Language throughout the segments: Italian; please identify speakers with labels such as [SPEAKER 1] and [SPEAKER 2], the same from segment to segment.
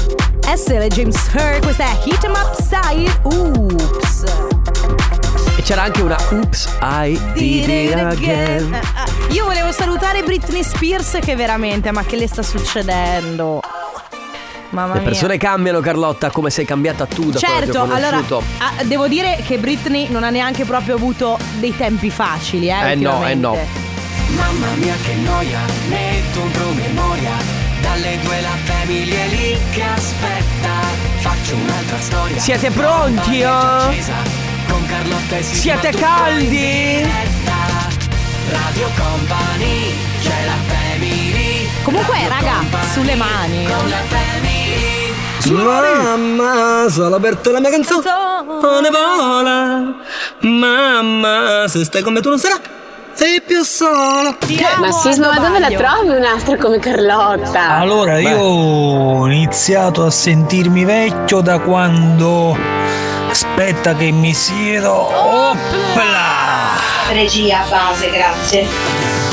[SPEAKER 1] Lewis e James Her, questa è Hit 'em Up Side Oops.
[SPEAKER 2] E c'era anche una Oops, I did it again.
[SPEAKER 1] Io volevo salutare Britney Spears che veramente, ma che le sta succedendo? Mamma
[SPEAKER 2] Le
[SPEAKER 1] mia.
[SPEAKER 2] persone cambiano, Carlotta, come sei cambiata tu da quando ti
[SPEAKER 1] Certo,
[SPEAKER 2] ho
[SPEAKER 1] allora
[SPEAKER 2] conosciuto.
[SPEAKER 1] ah, devo dire che Britney non ha neanche proprio avuto dei tempi facili, eh?
[SPEAKER 2] Eh no, eh no.
[SPEAKER 1] ultimamente.
[SPEAKER 3] Mamma mia che noia, metto un promemoria Dalle due la famiglia è lì che aspetta Faccio un'altra storia
[SPEAKER 2] Siete pronti,
[SPEAKER 3] Campana
[SPEAKER 2] oh?
[SPEAKER 3] già accesa, Con Carlotta e Sisma
[SPEAKER 2] Siete
[SPEAKER 3] tutto
[SPEAKER 2] caldi?
[SPEAKER 3] in diretta. Radio Company, c'è la family
[SPEAKER 1] Comunque,
[SPEAKER 3] Radio
[SPEAKER 1] raga,
[SPEAKER 3] Company,
[SPEAKER 1] sulle mani.
[SPEAKER 3] Con la family
[SPEAKER 4] Mamma, sono aperta la mia canzone. Ne vola. Mamma, se stai come tu non sarà. Sei più sola.
[SPEAKER 1] Ti amo,
[SPEAKER 5] Ma Sisma, ma
[SPEAKER 1] Aldo
[SPEAKER 5] dove la
[SPEAKER 1] Baglio.
[SPEAKER 5] trovi un'altra come Carlotta?
[SPEAKER 6] Allora, io ho iniziato a sentirmi vecchio da quando. Aspetta che mi siedo. Oppla!
[SPEAKER 7] Regia base, grazie.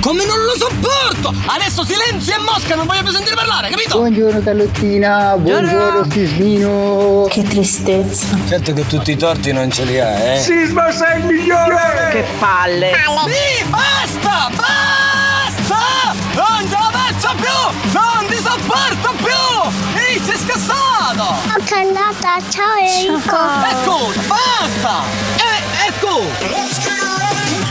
[SPEAKER 4] Come non lo sopporto! Adesso silenzio e mosca, non voglio più sentire parlare, capito?
[SPEAKER 8] Buongiorno Carlottina, buongiorno Sismino.
[SPEAKER 7] Che tristezza.
[SPEAKER 4] Certo che tutti i torti non ce li ha, eh.
[SPEAKER 6] Sisma sei il migliore!
[SPEAKER 9] Che palle.
[SPEAKER 4] Sì, basta! Basta! Non ce la faccio più! Non ti sopporto più! Ehi, sei scassato!
[SPEAKER 7] Carlotta, ciao Enrico.
[SPEAKER 4] E scusa, basta! E, e scusa!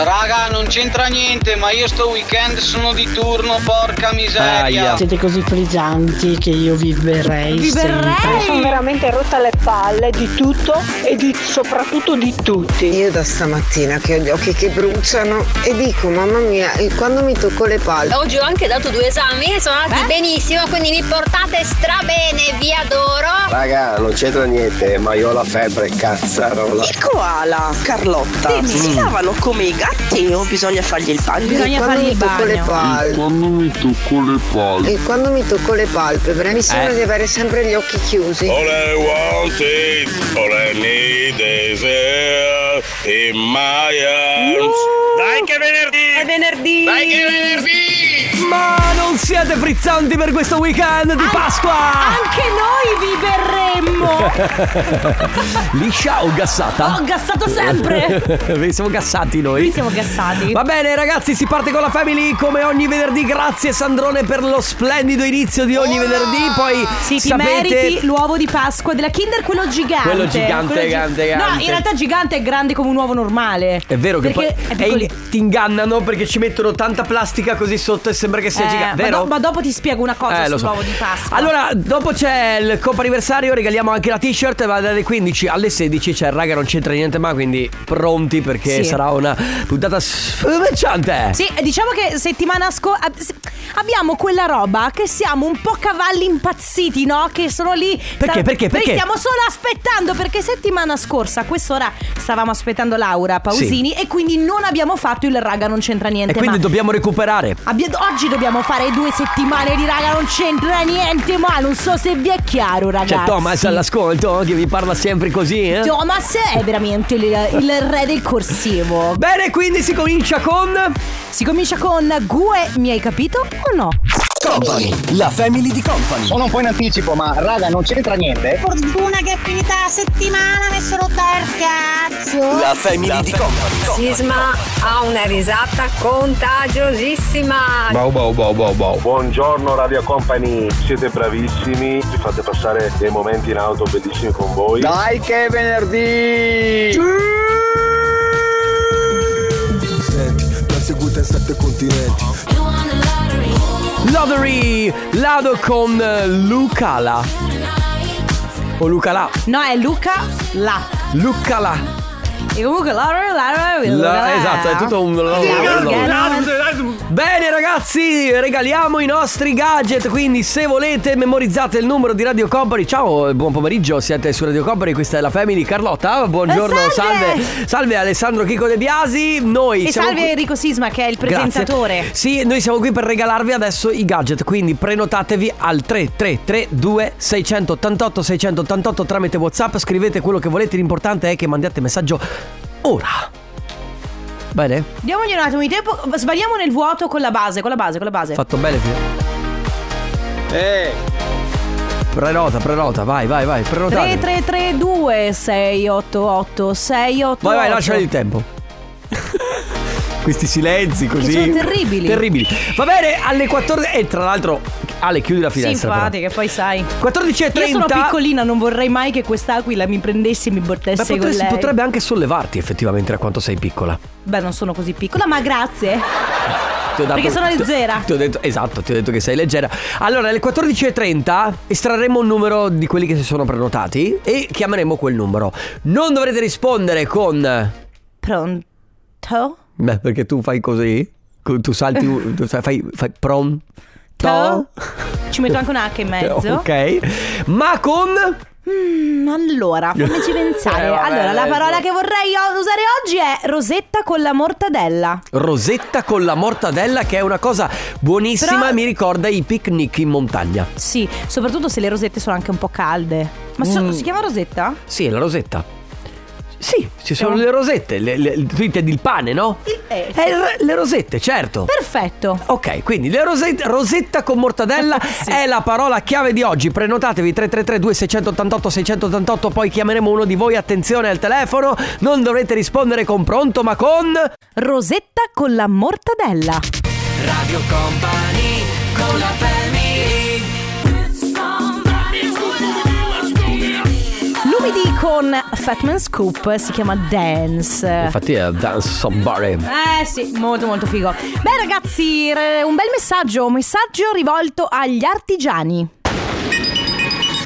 [SPEAKER 9] Raga, non c'entra niente, ma io sto weekend sono di turno, porca miseria.
[SPEAKER 2] Aia.
[SPEAKER 5] Siete così frizzanti che io vi verrei.
[SPEAKER 1] Ti verrei.
[SPEAKER 5] Sono veramente rotta le palle di tutto e di, soprattutto di tutti.
[SPEAKER 10] Io da stamattina che ho gli occhi che bruciano e dico mamma mia e quando mi tocco le palle
[SPEAKER 7] Oggi ho anche dato due esami e sono andati benissimo, quindi mi portate stra bene, vi adoro.
[SPEAKER 4] Raga, non c'entra niente, ma io ho la febbre, cazzarola.
[SPEAKER 9] Il koala, Carlotta, si lavano come i gatti o bisogna fargli il bagno?
[SPEAKER 1] Bisogna
[SPEAKER 10] e quando
[SPEAKER 1] fargli
[SPEAKER 10] mi
[SPEAKER 1] il
[SPEAKER 10] tocco le
[SPEAKER 1] bagno.
[SPEAKER 10] palle e quando mi tocco le palpebre mi sembra
[SPEAKER 2] Eh.
[SPEAKER 10] di avere sempre gli occhi chiusi
[SPEAKER 9] Oh.
[SPEAKER 4] All I want is, all I need is air in my arms. Dai che è venerdì! È venerdì! Dai che è venerdì!
[SPEAKER 2] Ma non siete frizzanti per questo weekend di Pasqua!
[SPEAKER 1] Anche noi viverremmo.
[SPEAKER 2] Liscia o gassata?
[SPEAKER 1] Ho gassato sempre.
[SPEAKER 2] Ve siamo gassati noi.
[SPEAKER 1] Qui siamo gassati.
[SPEAKER 2] Va bene ragazzi, si parte con la family come ogni venerdì. Grazie Sandrone per lo splendido inizio di ogni venerdì. Poi
[SPEAKER 1] Sì, ti
[SPEAKER 2] sapete
[SPEAKER 1] meriti l'uovo di Pasqua della Kinder, quello gigante.
[SPEAKER 2] Quello gigante, gigante,
[SPEAKER 1] No,
[SPEAKER 2] gigante.
[SPEAKER 1] in realtà gigante è grande come un uovo normale.
[SPEAKER 2] È vero che
[SPEAKER 1] Perché
[SPEAKER 2] poi
[SPEAKER 1] è
[SPEAKER 2] e in-
[SPEAKER 1] piccoli-
[SPEAKER 2] ti ingannano perché ci mettono tanta plastica così sotto e sembra che sia
[SPEAKER 1] Eh,
[SPEAKER 2] gigante,
[SPEAKER 1] ma,
[SPEAKER 2] vero?
[SPEAKER 1] do- ma dopo ti spiego una cosa
[SPEAKER 2] Eh, lo so.
[SPEAKER 1] sull'uovo di Pasqua.
[SPEAKER 2] Allora, dopo c'è il Coppa anniversario, regaliamo anche la t-shirt, va dalle 15 alle 16, cioè raga non c'entra niente ma quindi pronti perché
[SPEAKER 1] Sì.
[SPEAKER 2] sarà una puntata sfumeggiante.
[SPEAKER 1] Sì, e diciamo che settimana scorsa abbiamo quella roba che siamo un po' cavalli impazziti, no? Che sono lì.
[SPEAKER 2] Perché, perché, perché?
[SPEAKER 1] Stiamo solo aspettando perché settimana scorsa a quest'ora stavamo aspettando Laura Pausini e quindi non abbiamo fatto il raga non c'entra niente.
[SPEAKER 2] E quindi
[SPEAKER 1] ma
[SPEAKER 2] dobbiamo recuperare.
[SPEAKER 1] abbia- oggi dobbiamo fare due settimane di raga non c'entra niente, ma non so se vi è chiaro, ragazzi.
[SPEAKER 2] C'è Cioè, Thomas all'ascolto che vi parla sempre così, eh?
[SPEAKER 1] Thomas è veramente il, il re del corsivo.
[SPEAKER 2] Bene, quindi si comincia con
[SPEAKER 1] Si comincia con Gue, mi hai capito o no?
[SPEAKER 2] Company, la family di Company.
[SPEAKER 9] Sono un po' in anticipo, ma raga, non c'entra niente.
[SPEAKER 7] Fortuna che è finita la settimana, mi sono per cazzo.
[SPEAKER 2] La family di Company.
[SPEAKER 7] Sisma ha una risata contagiosissima.
[SPEAKER 4] Bau bau bau bau bau.
[SPEAKER 6] Buongiorno Radio Company, siete bravissimi, ci fate passare dei momenti in auto bellissimi con voi.
[SPEAKER 9] Dai che è venerdì!
[SPEAKER 2] Lottery, Lado con eh, Lucala. O Lucala,
[SPEAKER 1] No, è Luca La.
[SPEAKER 2] Lucala.
[SPEAKER 1] E comunque Laura, Laura, Laura,
[SPEAKER 2] La-
[SPEAKER 1] Laura.
[SPEAKER 2] esatto, è tutto un Bene ragazzi, regaliamo i nostri gadget, quindi se volete memorizzate il numero di Radio Company. Ciao, eh, buon pomeriggio, siete su Radio Company, questa è la Family Carlotta. Buongiorno,
[SPEAKER 1] Eh, salve!
[SPEAKER 2] salve. Salve, Alessandro Chico De Biasi. Noi
[SPEAKER 1] E
[SPEAKER 2] siamo
[SPEAKER 1] salve
[SPEAKER 2] qui-
[SPEAKER 1] Enrico Sisma che è il
[SPEAKER 2] Diciamo Grazie.
[SPEAKER 1] presentatore.
[SPEAKER 2] Sì, noi siamo qui per regalarvi adesso i gadget, quindi prenotatevi al 3332 688 688 tramite WhatsApp, scrivete quello che volete, l'importante è che mandiate messaggio ora. Bene?
[SPEAKER 1] Diamogli un attimo di tempo, sbagliamo nel vuoto con la base, con la base, con la base.
[SPEAKER 2] Fatto bene. Fio?
[SPEAKER 9] Eh,
[SPEAKER 2] Prenota, prenota, vai, vai, vai, prenotate.
[SPEAKER 1] 3332 688 688
[SPEAKER 2] Vai, vai, lasciali il tempo. Questi silenzi così.
[SPEAKER 1] sono terribili.
[SPEAKER 2] Terribili. Va bene, alle 14. E tra l'altro, Ale, chiudi la
[SPEAKER 1] Sì,
[SPEAKER 2] finestra.
[SPEAKER 1] infatti, che poi sai.
[SPEAKER 2] 14.30.
[SPEAKER 1] Io sono piccolina, non vorrei mai che quest'aquila mi prendesse e mi
[SPEAKER 2] Beh,
[SPEAKER 1] portasse Eh con
[SPEAKER 2] potresti-
[SPEAKER 1] lei.
[SPEAKER 2] potrebbe anche sollevarti effettivamente da quanto sei piccola.
[SPEAKER 1] Beh, non sono così piccola, ma grazie.
[SPEAKER 2] Ti ho dato-
[SPEAKER 1] Perché sono
[SPEAKER 2] ti ho-
[SPEAKER 1] leggera.
[SPEAKER 2] Ti ho detto, esatto, ti ho detto che sei leggera. Allora, alle 14.30 estrarremo un numero di quelli che si sono prenotati e chiameremo quel numero. Non dovrete rispondere con.
[SPEAKER 1] Pronto?
[SPEAKER 2] Beh, perché tu fai così? Co- Tu salti, un- tu sai, fai, fai pronto.
[SPEAKER 1] To? Ci metto anche un H in mezzo.
[SPEAKER 2] Ok. Ma con.
[SPEAKER 1] Mm, allora, fammici pensare.
[SPEAKER 2] Eh, vabbè,
[SPEAKER 1] allora, la
[SPEAKER 2] adesso.
[SPEAKER 1] parola che vorrei o- usare oggi è rosetta con la mortadella.
[SPEAKER 2] Rosetta con la mortadella, che è una cosa buonissima,
[SPEAKER 1] Però-
[SPEAKER 2] mi ricorda i picnic in montagna.
[SPEAKER 1] Sì, soprattutto se le rosette sono anche un po' calde. Ma so-
[SPEAKER 2] Mm.
[SPEAKER 1] si chiama rosetta?
[SPEAKER 2] Sì, è la rosetta. Sì, ci sono le rosette. Le, le, tu intendi il pane, no?
[SPEAKER 1] Eh,
[SPEAKER 2] Eh, r- le rosette, certo.
[SPEAKER 1] Perfetto.
[SPEAKER 2] Ok, quindi le rosette, rosetta con mortadella è la parola chiave di oggi. Prenotatevi 333 2688 688, poi chiameremo uno di voi, attenzione al telefono, non dovrete rispondere con pronto, ma con
[SPEAKER 1] Rosetta con la mortadella.
[SPEAKER 3] Radio Company con la family
[SPEAKER 1] Lumidi con Fatman Scoop si chiama Dance.
[SPEAKER 2] Infatti è dance somebody.
[SPEAKER 1] Eh sì, molto molto figo. Beh ragazzi, re- un bel messaggio, un messaggio rivolto agli artigiani.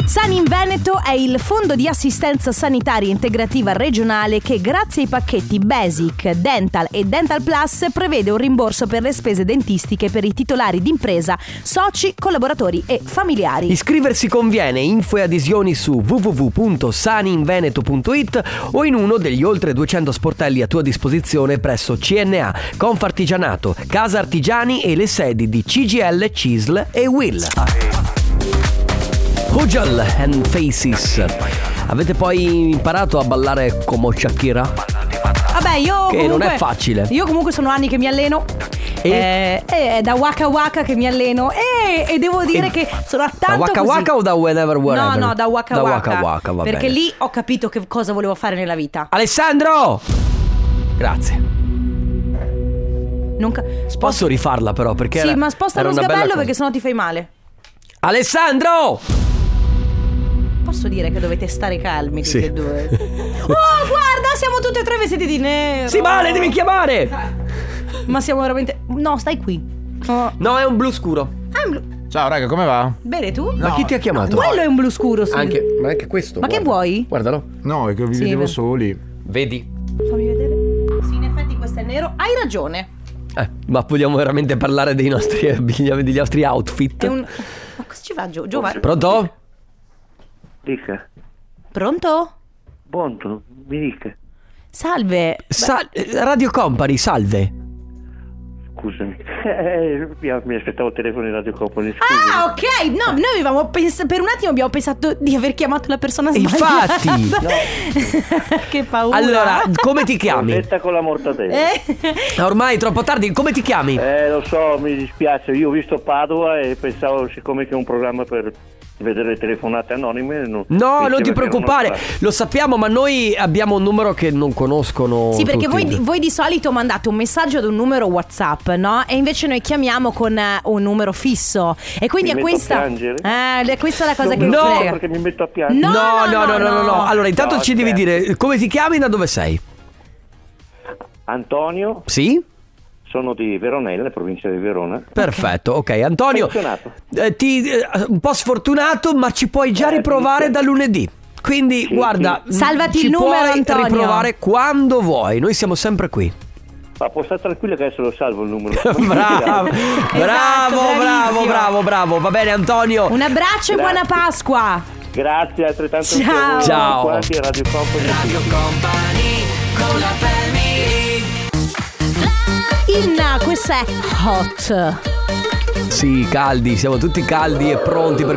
[SPEAKER 1] Sani in Veneto è il fondo di assistenza sanitaria integrativa regionale che grazie ai pacchetti Basic, Dental e Dental Plus prevede un rimborso per le spese dentistiche per i titolari d'impresa, soci, collaboratori e familiari.
[SPEAKER 2] Iscriversi conviene, info e adesioni su www.saninveneto.it o in uno degli oltre 200 sportelli a tua disposizione presso CNA, Confartigianato, Casa Artigiani e le sedi di CGL, CISL e WILL. Hujal and Faces. Avete poi imparato a ballare come Shakira?
[SPEAKER 1] Vabbè, io
[SPEAKER 2] Che non
[SPEAKER 1] comunque,
[SPEAKER 2] è facile.
[SPEAKER 1] Io comunque sono anni che mi alleno.
[SPEAKER 2] E?
[SPEAKER 1] Eh, eh, è da Waka Waka che mi alleno. Eh, E, e devo dire
[SPEAKER 2] E-
[SPEAKER 1] che sono a
[SPEAKER 2] Da
[SPEAKER 1] tanto
[SPEAKER 2] Waka
[SPEAKER 1] così.
[SPEAKER 2] Waka o da Whenever
[SPEAKER 1] No,
[SPEAKER 2] Wherever?
[SPEAKER 1] no, da Waka
[SPEAKER 2] Da
[SPEAKER 1] Waka.
[SPEAKER 2] Waka Waka, va
[SPEAKER 1] perché
[SPEAKER 2] bene.
[SPEAKER 1] lì ho capito che cosa volevo fare nella vita.
[SPEAKER 2] Alessandro! Grazie.
[SPEAKER 1] Non ca-
[SPEAKER 2] Posso rifarla però perché
[SPEAKER 1] Sì,
[SPEAKER 2] era-
[SPEAKER 1] ma sposta
[SPEAKER 2] era
[SPEAKER 1] lo
[SPEAKER 2] una bella
[SPEAKER 1] sgabello
[SPEAKER 2] cosa.
[SPEAKER 1] perché sennò ti fai male.
[SPEAKER 2] Alessandro!
[SPEAKER 1] Posso dire che dovete stare calmi tutti
[SPEAKER 2] Sì.
[SPEAKER 1] e due. Oh, guarda, siamo tutti e tre vestiti di nero.
[SPEAKER 2] Sì, male, devi
[SPEAKER 1] Eh.
[SPEAKER 2] chiamare!
[SPEAKER 1] Ma siamo veramente No, stai qui. Oh.
[SPEAKER 2] No, è un blu scuro.
[SPEAKER 1] Ah, è un blu-
[SPEAKER 11] Ciao raga, come va?
[SPEAKER 1] Bene tu?
[SPEAKER 2] Ma chi ti ha chiamato?
[SPEAKER 1] Quello è un blu scuro, sì.
[SPEAKER 2] Anche, ma anche questo.
[SPEAKER 1] Ma che
[SPEAKER 2] guarda.
[SPEAKER 1] vuoi?
[SPEAKER 2] Guardalo.
[SPEAKER 11] No, è che vi
[SPEAKER 1] Sì,
[SPEAKER 11] vedevo
[SPEAKER 1] beh.
[SPEAKER 11] soli.
[SPEAKER 2] Vedi?
[SPEAKER 1] Fammi vedere. Sì, in effetti questo è nero. Hai ragione.
[SPEAKER 2] Eh, ma vogliamo veramente parlare dei nostri abbigliamenti, degli nostri outfit?
[SPEAKER 1] È un. Ma cosa ci va, Gio- Giovanni?
[SPEAKER 2] Pronto?
[SPEAKER 12] Dica,
[SPEAKER 1] Pronto?
[SPEAKER 12] Bondo, mi dica,
[SPEAKER 1] Salve.
[SPEAKER 2] Sa- eh, Radio Company, salve.
[SPEAKER 12] scusami. Eh, mi mi aspettavo il telefono di Radio Copoli, scusa.
[SPEAKER 1] Ah, ok. No, noi avevamo pensato. Per un attimo abbiamo pensato di aver chiamato la persona sbagliata.
[SPEAKER 2] Eh, Infatti.
[SPEAKER 1] che paura.
[SPEAKER 2] Allora, come ti chiami?
[SPEAKER 12] Rosetta con la mortadella. Eh?
[SPEAKER 1] Eh?
[SPEAKER 2] Ormai è troppo tardi, come ti chiami?
[SPEAKER 12] lo so, mi dispiace. Io ho visto Padova e pensavo, siccome che è un programma per vedere le telefonate anonime. No,
[SPEAKER 2] No,
[SPEAKER 12] mi
[SPEAKER 2] non ti
[SPEAKER 12] sembra che
[SPEAKER 2] preoccupare,
[SPEAKER 12] non lo
[SPEAKER 2] lo sappiamo, ma noi abbiamo un numero che non conoscono.
[SPEAKER 1] Sì, perché voi,
[SPEAKER 2] tutti.
[SPEAKER 1] di- voi di solito mandate un messaggio ad un numero WhatsApp, no? E invece noi chiamiamo con eh, un numero fisso. E quindi è
[SPEAKER 12] Mi metto a
[SPEAKER 1] questa.
[SPEAKER 12] piangere?
[SPEAKER 1] Eh, è questa la cosa
[SPEAKER 12] Non
[SPEAKER 1] che
[SPEAKER 12] me
[SPEAKER 1] mi
[SPEAKER 12] lo
[SPEAKER 1] frega.
[SPEAKER 12] so perché mi metto a piangere.
[SPEAKER 1] No,
[SPEAKER 2] No, no, no, no, no, no.
[SPEAKER 1] no.
[SPEAKER 2] Allora, intanto
[SPEAKER 12] No,
[SPEAKER 2] ci devi
[SPEAKER 12] scherzo.
[SPEAKER 2] dire come ti chiami e da dove sei.
[SPEAKER 12] Antonio,
[SPEAKER 2] Sì?
[SPEAKER 12] sono di Veronella, provincia di Verona.
[SPEAKER 2] Perfetto, ok. Antonio,
[SPEAKER 12] Funzionato.
[SPEAKER 2] eh, ti, eh, un po' sfortunato, ma ci puoi già
[SPEAKER 12] Eh,
[SPEAKER 2] riprovare da lunedì. Quindi, guarda, mm,
[SPEAKER 1] sì. Salvati
[SPEAKER 2] ci
[SPEAKER 1] il numero,
[SPEAKER 2] puoi
[SPEAKER 1] Antonio.
[SPEAKER 2] riprovare quando vuoi. Noi siamo sempre qui.
[SPEAKER 12] Ma può stare tranquillo che adesso lo salvo il numero.
[SPEAKER 1] Esatto,
[SPEAKER 2] bravo, bravo, bravo,
[SPEAKER 1] bravissimo.
[SPEAKER 2] bravo, bravo. Va bene, Antonio.
[SPEAKER 1] Un abbraccio e buona Pasqua.
[SPEAKER 12] Grazie, altrettanto
[SPEAKER 1] Ciao.
[SPEAKER 12] anche a voi,
[SPEAKER 2] Ciao.
[SPEAKER 12] quanti, Radio Company.
[SPEAKER 3] con la family
[SPEAKER 1] Inna, questa è Hot.
[SPEAKER 2] Sì, caldi, siamo tutti caldi e pronti per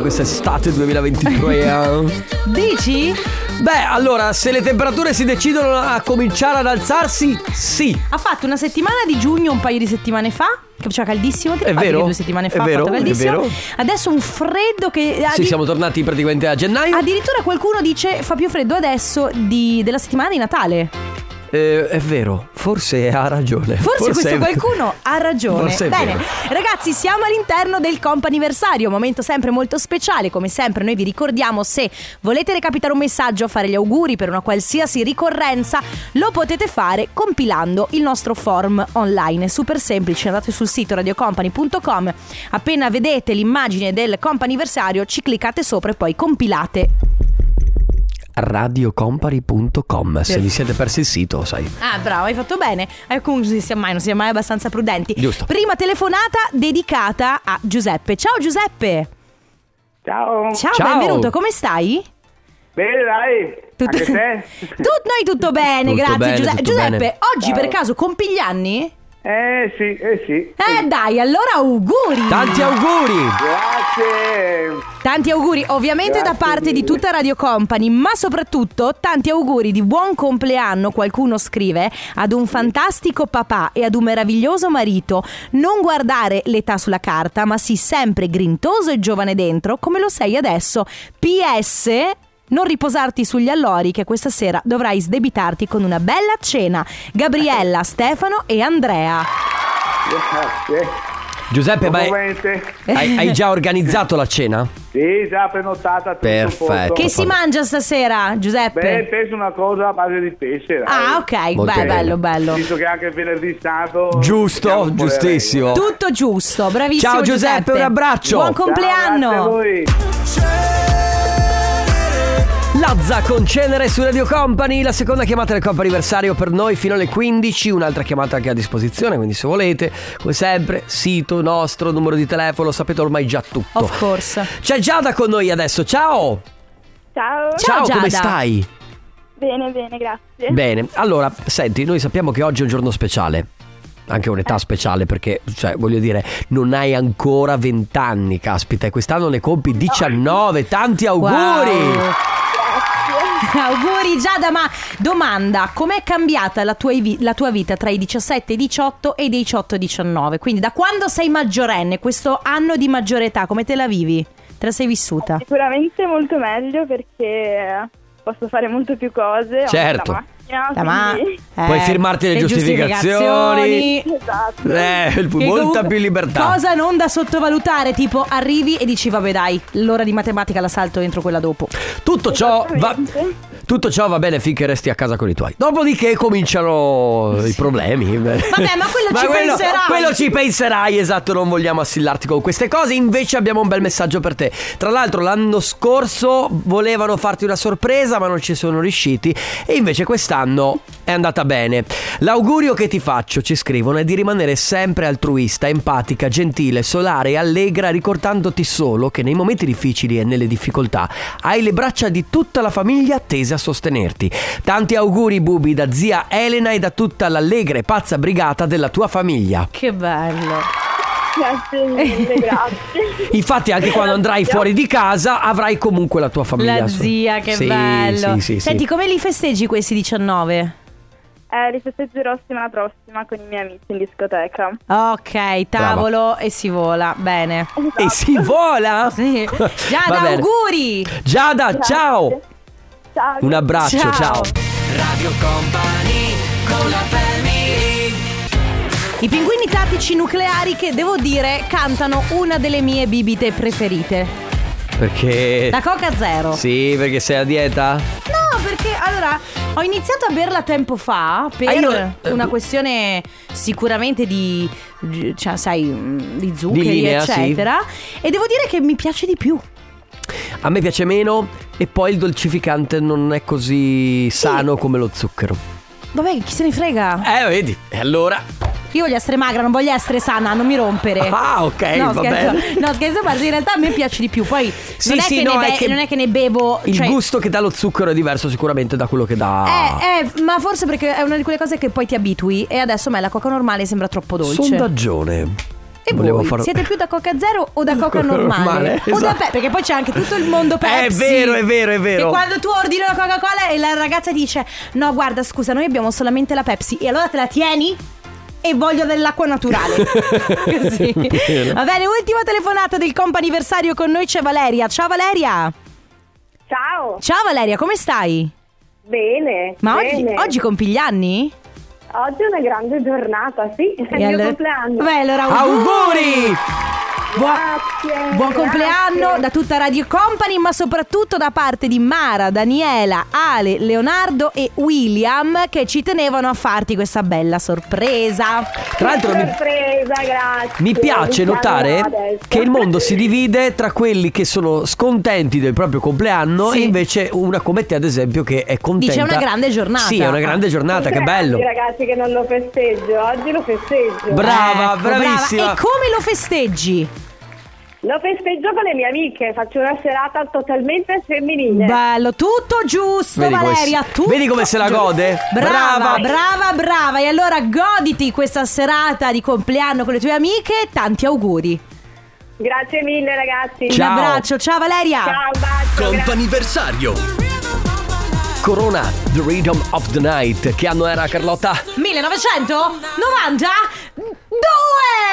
[SPEAKER 2] quest'estate 2023.
[SPEAKER 1] Dici?
[SPEAKER 2] Beh, allora, se le temperature si decidono a cominciare ad alzarsi, sì.
[SPEAKER 1] Ha fatto una settimana di giugno un paio di settimane fa, che che faceva caldissimo. Ti
[SPEAKER 2] È
[SPEAKER 1] ricordi
[SPEAKER 2] vero,
[SPEAKER 1] che due settimane fa
[SPEAKER 2] è
[SPEAKER 1] ha
[SPEAKER 2] vero,
[SPEAKER 1] fatto
[SPEAKER 2] è
[SPEAKER 1] caldissimo.
[SPEAKER 2] vero.
[SPEAKER 1] Adesso un freddo che.
[SPEAKER 2] Sì, siamo tornati praticamente a gennaio.
[SPEAKER 1] Addirittura qualcuno dice fa più freddo adesso di- della settimana di Natale.
[SPEAKER 2] Eh, è vero, forse ha ragione.
[SPEAKER 1] Forse, questo
[SPEAKER 2] è vero.
[SPEAKER 1] qualcuno ha ragione.
[SPEAKER 2] Forse è
[SPEAKER 1] Bene,
[SPEAKER 2] vero.
[SPEAKER 1] ragazzi, siamo all'interno del comp'anniversario, momento sempre molto speciale. Come sempre, noi vi ricordiamo se volete recapitare un messaggio, fare gli auguri per una qualsiasi ricorrenza, lo potete fare compilando il nostro form online. È super semplice, andate sul sito radiocompany.com. Appena vedete l'immagine del comp'anniversario, ci cliccate sopra e poi compilate.
[SPEAKER 2] Radiocompany.com. Se
[SPEAKER 1] Sì.
[SPEAKER 2] vi siete persi il sito, sai.
[SPEAKER 1] Ah, bravo, hai fatto bene. Eh, comunque non si sia mai, non si è mai abbastanza prudenti.
[SPEAKER 2] Giusto.
[SPEAKER 1] Prima telefonata dedicata a Giuseppe. Ciao Giuseppe.
[SPEAKER 11] Ciao.
[SPEAKER 1] Ciao,
[SPEAKER 11] Ciao.
[SPEAKER 1] benvenuto, come stai?
[SPEAKER 11] Bene, dai.
[SPEAKER 1] Tutto-
[SPEAKER 11] Anche te?
[SPEAKER 1] Tu- noi tutto bene,
[SPEAKER 11] Tutto
[SPEAKER 1] grazie
[SPEAKER 11] bene,
[SPEAKER 1] Giuseppe.
[SPEAKER 11] tutto
[SPEAKER 1] Giuseppe,
[SPEAKER 11] bene.
[SPEAKER 1] oggi
[SPEAKER 11] Ciao.
[SPEAKER 1] per caso compi gli anni?
[SPEAKER 11] Eh sì, eh sì.
[SPEAKER 1] Eh dai, allora auguri.
[SPEAKER 2] Tanti auguri.
[SPEAKER 11] Grazie.
[SPEAKER 1] Tanti auguri ovviamente da
[SPEAKER 11] Grazie
[SPEAKER 1] parte di
[SPEAKER 11] mille.
[SPEAKER 1] tutta Radio Company, ma soprattutto tanti auguri di buon compleanno, qualcuno scrive, ad un fantastico papà e ad un meraviglioso marito. Non guardare l'età sulla carta, ma sii sempre grintoso e giovane dentro, come lo sei adesso. PS... Non riposarti sugli allori che questa sera dovrai sdebitarti con una bella cena. Gabriella, Stefano e Andrea.
[SPEAKER 11] Grazie.
[SPEAKER 2] Giuseppe, ma hai,
[SPEAKER 11] Ovviamente.
[SPEAKER 2] hai- hai già organizzato la cena?
[SPEAKER 11] Sì, già prenotata tutto
[SPEAKER 2] Perfetto.
[SPEAKER 1] Che si mangia stasera, Giuseppe?
[SPEAKER 11] Beh, penso una cosa a base di pesce. dai.
[SPEAKER 1] Ah, ok,
[SPEAKER 2] Molto
[SPEAKER 1] beh,
[SPEAKER 2] bene.
[SPEAKER 1] bello, bello.
[SPEAKER 11] Visto che anche venerdì santo.
[SPEAKER 2] Giusto,
[SPEAKER 11] Mettiamo un po' le regole.
[SPEAKER 2] giustissimo.
[SPEAKER 1] Tutto giusto, bravissimo.
[SPEAKER 2] Ciao Giuseppe, un abbraccio.
[SPEAKER 1] Buon
[SPEAKER 2] Ciao,
[SPEAKER 1] compleanno.
[SPEAKER 11] grazie a
[SPEAKER 2] Lazza con Cenere su Radio Company, la seconda chiamata del Coppa Anniversario per noi fino alle 15, un'altra chiamata anche a disposizione, quindi se volete, come sempre, sito nostro, numero di telefono, lo sapete ormai già tutto.
[SPEAKER 1] Of course.
[SPEAKER 2] C'è Giada con noi adesso, ciao!
[SPEAKER 13] Ciao.
[SPEAKER 2] come stai?
[SPEAKER 13] Bene, bene, grazie.
[SPEAKER 2] Bene, allora, senti, noi sappiamo che oggi è un giorno speciale. Anche un'età speciale perché, cioè, voglio dire, non hai ancora 20 anni, caspita, e quest'anno ne compi 19, tanti auguri!
[SPEAKER 1] Wow. Auguri Giada, ma domanda, com'è cambiata la tua, vi- la tua vita tra i 17 e i 18 e dei 18 e i 19? Quindi da quando sei maggiorenne, questo anno di maggiore età, come te la vivi? Te la sei vissuta?
[SPEAKER 13] Sicuramente molto meglio perché posso fare molto più cose. ho
[SPEAKER 2] Certo.
[SPEAKER 13] La macchina,
[SPEAKER 1] La ma-
[SPEAKER 13] quindi-
[SPEAKER 2] Puoi
[SPEAKER 1] Eh,
[SPEAKER 2] firmarti le,
[SPEAKER 1] le
[SPEAKER 2] giustificazioni.
[SPEAKER 13] Esatto.
[SPEAKER 2] Eh, il-
[SPEAKER 1] Che
[SPEAKER 2] molta
[SPEAKER 1] comunque-
[SPEAKER 2] più libertà.
[SPEAKER 1] Cosa non da sottovalutare, tipo arrivi e dici vabbè dai, l'ora di matematica la salto entro quella dopo.
[SPEAKER 2] Tutto ciò, va, tutto ciò va bene finché resti a casa con i tuoi. Dopodiché cominciano i problemi. Vabbè,
[SPEAKER 1] ma quello ci
[SPEAKER 2] quello,
[SPEAKER 1] penserai.
[SPEAKER 2] quello ci penserai, esatto, non vogliamo assillarti con queste cose. Invece abbiamo un bel messaggio per te. Tra l'altro, l'anno scorso volevano farti una sorpresa, ma non ci sono riusciti. E invece quest'anno è andata bene. L'augurio che ti faccio, ci scrivono, è di rimanere sempre altruista, empatica, gentile, solare e allegra, ricordandoti solo che nei momenti difficili e nelle difficoltà hai le braccia di tutta la famiglia tese a sostenerti. Tanti auguri, Bubi, da zia Elena e da tutta l'allegra e pazza brigata della tua famiglia.
[SPEAKER 1] Che bello.
[SPEAKER 13] Grazie mille, grazie.
[SPEAKER 2] Infatti, anche quando andrai fuori di casa, avrai comunque la tua famiglia.
[SPEAKER 1] La zia, che
[SPEAKER 2] Sì,
[SPEAKER 1] bello.
[SPEAKER 2] Sì, sì, sì.
[SPEAKER 1] Senti, come li festeggi questi 19?
[SPEAKER 13] Eh, li festeggerò settimana prossima con i miei amici in discoteca.
[SPEAKER 1] Ok, tavolo e si vola. Bene.
[SPEAKER 2] E si vola?
[SPEAKER 1] Sì.
[SPEAKER 2] Oh, Va
[SPEAKER 1] Giada,
[SPEAKER 2] bene.
[SPEAKER 1] auguri.
[SPEAKER 2] Giada, ciao!
[SPEAKER 13] Ciao.
[SPEAKER 2] Un abbraccio,
[SPEAKER 1] Ciao.
[SPEAKER 2] ciao.
[SPEAKER 3] Radio Company con la family
[SPEAKER 1] I pinguini tattici nucleari che devo dire cantano una delle mie bibite preferite.
[SPEAKER 2] Perché.
[SPEAKER 1] La Coca Zero.
[SPEAKER 2] Sì, perché sei a dieta?
[SPEAKER 1] No, perché allora ho iniziato a berla tempo fa per
[SPEAKER 2] Ah, io-
[SPEAKER 1] una questione sicuramente di, cioè, sai, mh, di zuccheri,
[SPEAKER 2] linea, sì.
[SPEAKER 1] eccetera. E devo dire che mi piace di più.
[SPEAKER 2] A me piace meno e poi il dolcificante non è così sano come lo zucchero.
[SPEAKER 1] Vabbè, chi se ne frega?
[SPEAKER 2] Eh, vedi? E allora?
[SPEAKER 1] Io voglio essere magra, non voglio essere sana, non mi rompere.
[SPEAKER 2] Ah, ok,
[SPEAKER 1] Eh. no,
[SPEAKER 2] va
[SPEAKER 1] scherzo.
[SPEAKER 2] bene.
[SPEAKER 1] No, scherzo, ma in realtà a me piace di più. Poi
[SPEAKER 2] Sì,
[SPEAKER 1] non, è
[SPEAKER 2] sì,
[SPEAKER 1] che
[SPEAKER 2] no,
[SPEAKER 1] ne
[SPEAKER 2] è
[SPEAKER 1] be-
[SPEAKER 2] che
[SPEAKER 1] non è che ne bevo.
[SPEAKER 2] Il
[SPEAKER 1] cioè,
[SPEAKER 2] gusto Ah. che dà lo zucchero è diverso sicuramente da quello che dà.
[SPEAKER 1] Eh, eh, ma forse perché è una di quelle cose che poi ti abitui e adesso a me la coca normale sembra troppo dolce.
[SPEAKER 2] Sondaggione.
[SPEAKER 1] E
[SPEAKER 2] Volevo
[SPEAKER 1] voi
[SPEAKER 2] farlo-
[SPEAKER 1] siete più da coca zero o da coca
[SPEAKER 2] Coca
[SPEAKER 1] normale?
[SPEAKER 2] normale,
[SPEAKER 1] O da
[SPEAKER 2] esatto.
[SPEAKER 1] Pe- perché poi c'è anche tutto il mondo Pepsi.
[SPEAKER 2] È vero, è vero, è vero.
[SPEAKER 1] Che quando tu ordini la Coca-Cola e la ragazza ti dice "No, guarda, scusa, noi abbiamo solamente la Pepsi" e allora te la tieni? e voglio dell'acqua naturale. Così.
[SPEAKER 3] Bene.
[SPEAKER 1] Va bene, ultima telefonata del comp'anniversario con noi c'è Valeria. Ciao Valeria.
[SPEAKER 14] Ciao.
[SPEAKER 1] Ciao Valeria, come stai?
[SPEAKER 14] Bene.
[SPEAKER 1] Ma oggi,
[SPEAKER 14] bene.
[SPEAKER 1] oggi compi gli anni?
[SPEAKER 14] Oggi è una grande giornata, sì, è il
[SPEAKER 1] E
[SPEAKER 14] mio
[SPEAKER 1] allora-
[SPEAKER 14] compleanno.
[SPEAKER 1] Beh, allora
[SPEAKER 2] Auguri!
[SPEAKER 14] Grazie.
[SPEAKER 1] Buon compleanno
[SPEAKER 14] grazie.
[SPEAKER 1] da tutta Radio Company, ma soprattutto da parte di Mara, Daniela, Ale, Leonardo e William che ci tenevano a farti questa bella sorpresa.
[SPEAKER 2] Tra l'altro mi-
[SPEAKER 14] Sorpresa, grazie.
[SPEAKER 2] Mi piace
[SPEAKER 14] Diciamo
[SPEAKER 2] notare
[SPEAKER 14] adesso.
[SPEAKER 2] che il mondo si divide tra quelli che sono scontenti del proprio compleanno e invece una come te, ad esempio, che è contenta.
[SPEAKER 1] Dice, "È una grande giornata."
[SPEAKER 2] Sì, è una grande giornata, che
[SPEAKER 14] Grazie,
[SPEAKER 2] bello.
[SPEAKER 14] ragazzi che non lo festeggio, oggi lo festeggio.
[SPEAKER 2] Brava,
[SPEAKER 1] Ecco, brava.
[SPEAKER 2] bravissima.
[SPEAKER 1] E come lo festeggi?
[SPEAKER 14] Lo festeggio con le mie amiche, faccio una serata totalmente femminile.
[SPEAKER 1] Bello, tutto giusto,
[SPEAKER 2] Vedi come
[SPEAKER 1] Valeria.
[SPEAKER 2] si-
[SPEAKER 1] tutto
[SPEAKER 2] vedi come se la
[SPEAKER 1] giusto.
[SPEAKER 2] gode?
[SPEAKER 1] Brava,
[SPEAKER 2] Brava.
[SPEAKER 1] brava, brava. E allora goditi questa serata di compleanno con le tue amiche. Tanti auguri.
[SPEAKER 14] Grazie mille ragazzi.
[SPEAKER 1] Un abbraccio, ciao Valeria.
[SPEAKER 14] Ciao, un bacio.
[SPEAKER 2] Comp'anniversario. Corona, The Rhythm of the Night. Che anno era, Carlotta?
[SPEAKER 1] 1992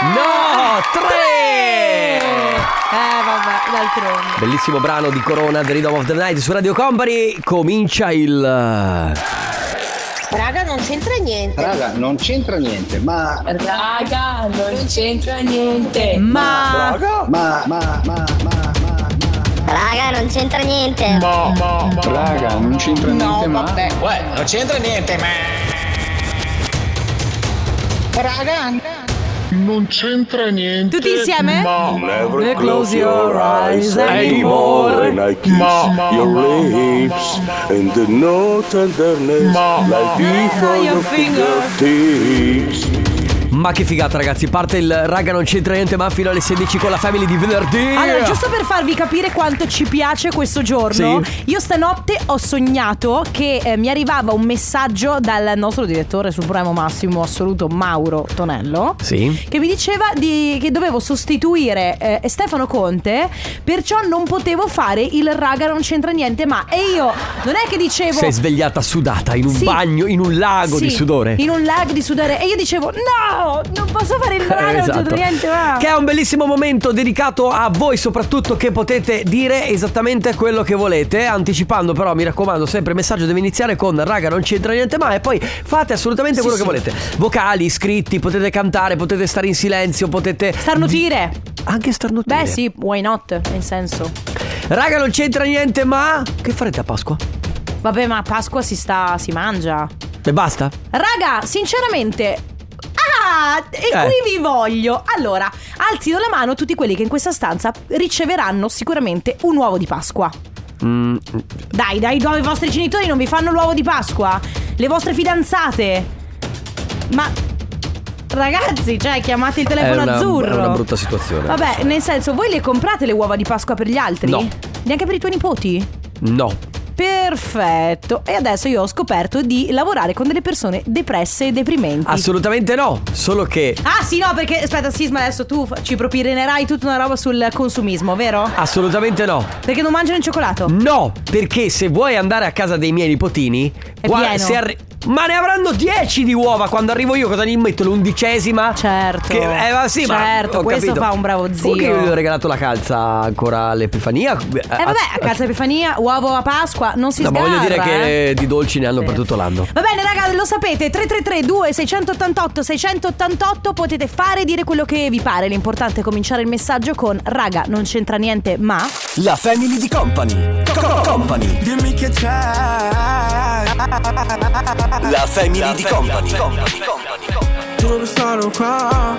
[SPEAKER 2] No,
[SPEAKER 1] Tre!
[SPEAKER 2] tre!
[SPEAKER 1] Eh vabbè, d'altronde
[SPEAKER 2] Bellissimo brano di Corona, The Rhythm of the Night su Radio Company. Comincia il. eh,
[SPEAKER 15] Raga, non c'entra niente.
[SPEAKER 8] Raga, non c'entra niente, ma...
[SPEAKER 15] Raga, non c'entra niente.
[SPEAKER 1] Ma...
[SPEAKER 8] Ma, ma, ma, ma...
[SPEAKER 15] Raga, non c'entra niente. Ma, ma, ma.
[SPEAKER 8] Raga, non c'entra niente, ma...
[SPEAKER 15] Uè, non c'entra niente, ma.
[SPEAKER 16] Raga, non c'entra niente.
[SPEAKER 1] Tutti insieme?
[SPEAKER 16] Ma
[SPEAKER 1] Never close your eyes
[SPEAKER 16] anymore.
[SPEAKER 17] When I kiss your lips and the no tenderness like before
[SPEAKER 1] your
[SPEAKER 17] your fingertips.
[SPEAKER 2] Ma che figata, ragazzi! Parte il raga, non c'entra niente, ma fino alle 16 con la family di venerdì.
[SPEAKER 1] Allora, giusto per farvi capire quanto ci piace questo giorno,
[SPEAKER 2] Sì.
[SPEAKER 1] io stanotte ho sognato che eh, mi arrivava un messaggio dal nostro direttore supremo massimo assoluto Mauro Tonello.
[SPEAKER 2] Sì.
[SPEAKER 1] Che mi diceva di- che dovevo sostituire eh, Stefano Conte, perciò non potevo fare il raga non c'entra niente ma. E io non è che dicevo...
[SPEAKER 2] Sei svegliata sudata in un
[SPEAKER 1] Sì.
[SPEAKER 2] bagno, in un lago
[SPEAKER 1] Sì,
[SPEAKER 2] di sudore.
[SPEAKER 1] In un lago di sudore. E io dicevo, no, non posso fare il raga
[SPEAKER 2] Esatto.
[SPEAKER 1] non c'entra niente ma.
[SPEAKER 2] Che è un bellissimo momento dedicato a voi soprattutto che potete dire esattamente quello che volete, anticipando però mi raccomando sempre il messaggio deve iniziare con raga non c'entra niente ma e poi fate assolutamente quello che volete. Vocali, scritti, potete cantare, potete stare in silenzio, potete...
[SPEAKER 1] Starnutire.
[SPEAKER 2] Anche starnutire.
[SPEAKER 1] Beh sì, why not, nel senso.
[SPEAKER 2] Raga non c'entra niente ma... Che farete a Pasqua?
[SPEAKER 1] Vabbè ma a Pasqua si sta, si mangia.
[SPEAKER 2] E basta?
[SPEAKER 1] Raga, sinceramente... Ah, e
[SPEAKER 2] Eh.
[SPEAKER 1] qui vi voglio. Allora, alzino la mano tutti quelli che in questa stanza riceveranno sicuramente un uovo di Pasqua.
[SPEAKER 2] Mm,
[SPEAKER 1] Dai, dai, dai, i vostri genitori non vi fanno l'uovo di Pasqua. Le vostre fidanzate. Ma ragazzi, cioè, chiamate il telefono
[SPEAKER 2] è una,
[SPEAKER 1] azzurro.
[SPEAKER 2] È una brutta situazione.
[SPEAKER 1] Vabbè, nel senso, voi le comprate le uova di Pasqua per gli altri?
[SPEAKER 2] No.
[SPEAKER 1] Neanche per i tuoi nipoti?
[SPEAKER 2] No.
[SPEAKER 1] Perfetto. E adesso io ho scoperto di lavorare con delle persone depresse e deprimenti.
[SPEAKER 2] Assolutamente no, solo che
[SPEAKER 1] Ah sì no perché aspetta Sisma adesso tu f- ci propirenerai tutta una roba sul consumismo vero?
[SPEAKER 2] assolutamente no.
[SPEAKER 1] Perché non mangiano il cioccolato?
[SPEAKER 2] No, perché se vuoi andare a casa dei miei nipotini,
[SPEAKER 1] È pieno.
[SPEAKER 2] se ma ne avranno 10 di uova quando arrivo io, cosa gli metto? L'undicesima?
[SPEAKER 1] Certo.
[SPEAKER 2] Che, eh, ma sì, ma
[SPEAKER 1] Certo,
[SPEAKER 2] ho
[SPEAKER 1] questo
[SPEAKER 2] capito.
[SPEAKER 1] fa un bravo zio.
[SPEAKER 2] Comunque io gli ho regalato la calza ancora all'Epifania.
[SPEAKER 1] Eh vabbè, a calza Epifania, uovo a Pasqua, non si
[SPEAKER 2] Ah, No, ma
[SPEAKER 1] sgarra
[SPEAKER 2] voglio dire
[SPEAKER 1] eh.
[SPEAKER 2] che di dolci ne hanno per tutto l'anno.
[SPEAKER 1] Va bene raga, lo sapete, 333 2688 688 potete fare e dire quello che vi pare, l'importante è cominciare il messaggio con raga, non c'entra niente, ma
[SPEAKER 3] La family di company. company. Dimmi che c'è. La family di company. Dove sono qua?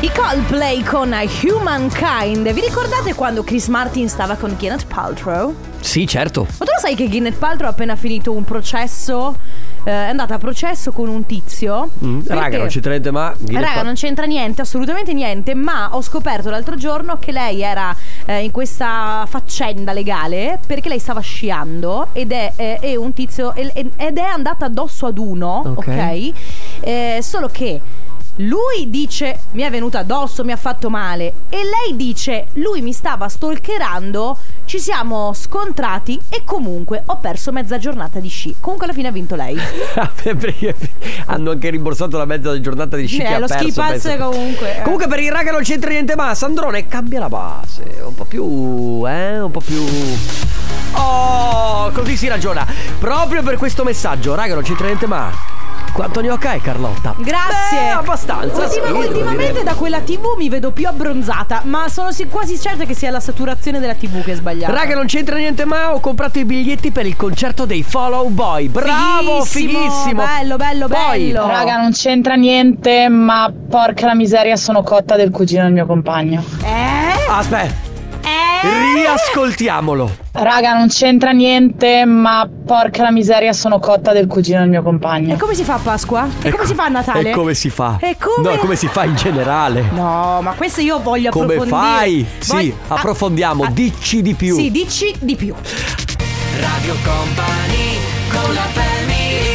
[SPEAKER 1] i Coldplay con Humankind. Vi ricordate quando Chris Martin stava con Gwyneth Paltrow?
[SPEAKER 2] Sì, certo.
[SPEAKER 1] Ma tu lo sai che Gwyneth Paltrow ha appena finito un processo? eh, è andata a processo con un tizio.
[SPEAKER 2] Mm, raga,
[SPEAKER 1] perché-
[SPEAKER 2] non ci tenete ma.
[SPEAKER 1] Raga, non c'entra niente, assolutamente niente, ma ho scoperto l'altro giorno che lei era eh, in questa faccenda legale perché lei stava sciando ed è, eh, è un tizio ed ed è andata addosso ad uno, ok?
[SPEAKER 18] Ok.
[SPEAKER 1] Eh, solo che Lui dice mi è venuto addosso, mi ha fatto male. E lei dice lui mi stava stalkerando, ci siamo scontrati e comunque ho perso mezza giornata di sci. Comunque alla fine ha vinto lei.
[SPEAKER 2] Perché hanno anche rimborsato la mezza giornata di sci
[SPEAKER 1] Eh,
[SPEAKER 2] che ha
[SPEAKER 1] lo ski
[SPEAKER 2] perso,
[SPEAKER 1] pass
[SPEAKER 2] pensa.
[SPEAKER 1] comunque, eh.
[SPEAKER 2] Comunque per il raga non c'entra niente ma Sandrone cambia la base Un po' più eh un po' più Oh così si ragiona Proprio per questo messaggio Raga non c'entra niente ma Quanto ne ho e Carlotta
[SPEAKER 1] Grazie.
[SPEAKER 2] Beh, abbastanza
[SPEAKER 1] Ultima-
[SPEAKER 2] sì, devo
[SPEAKER 1] ultimamente
[SPEAKER 2] dire.
[SPEAKER 1] da quella TV mi vedo più abbronzata, ma sono si- quasi certa che sia la saturazione della TV che è sbagliata.
[SPEAKER 2] Raga, non c'entra niente, ma ho comprato i biglietti per il concerto dei Follow Boy. Bravo,
[SPEAKER 1] Fighissimo,
[SPEAKER 2] fighissimo.
[SPEAKER 1] bello, bello,
[SPEAKER 2] Poi-
[SPEAKER 1] bello.
[SPEAKER 18] Raga, non c'entra niente, ma porca la miseria, sono cotta del cugino del mio compagno.
[SPEAKER 1] Eh?
[SPEAKER 2] Aspetta. Riascoltiamolo.
[SPEAKER 18] Raga, non c'entra niente, ma porca la miseria, sono cotta del cugino del mio compagno.
[SPEAKER 1] E come si fa a Pasqua? E,
[SPEAKER 2] E
[SPEAKER 1] come
[SPEAKER 2] co-
[SPEAKER 1] si fa a Natale?
[SPEAKER 2] Ecco. E come si fa?
[SPEAKER 1] E come-
[SPEAKER 2] No, come si fa in generale?
[SPEAKER 1] No, ma questo io voglio
[SPEAKER 2] Come
[SPEAKER 1] approfondire.
[SPEAKER 2] fai? Sì,
[SPEAKER 1] Voglio- ah,
[SPEAKER 2] approfondiamo, dici di più.
[SPEAKER 1] Sì, dici di più.
[SPEAKER 3] Radio Company con la family.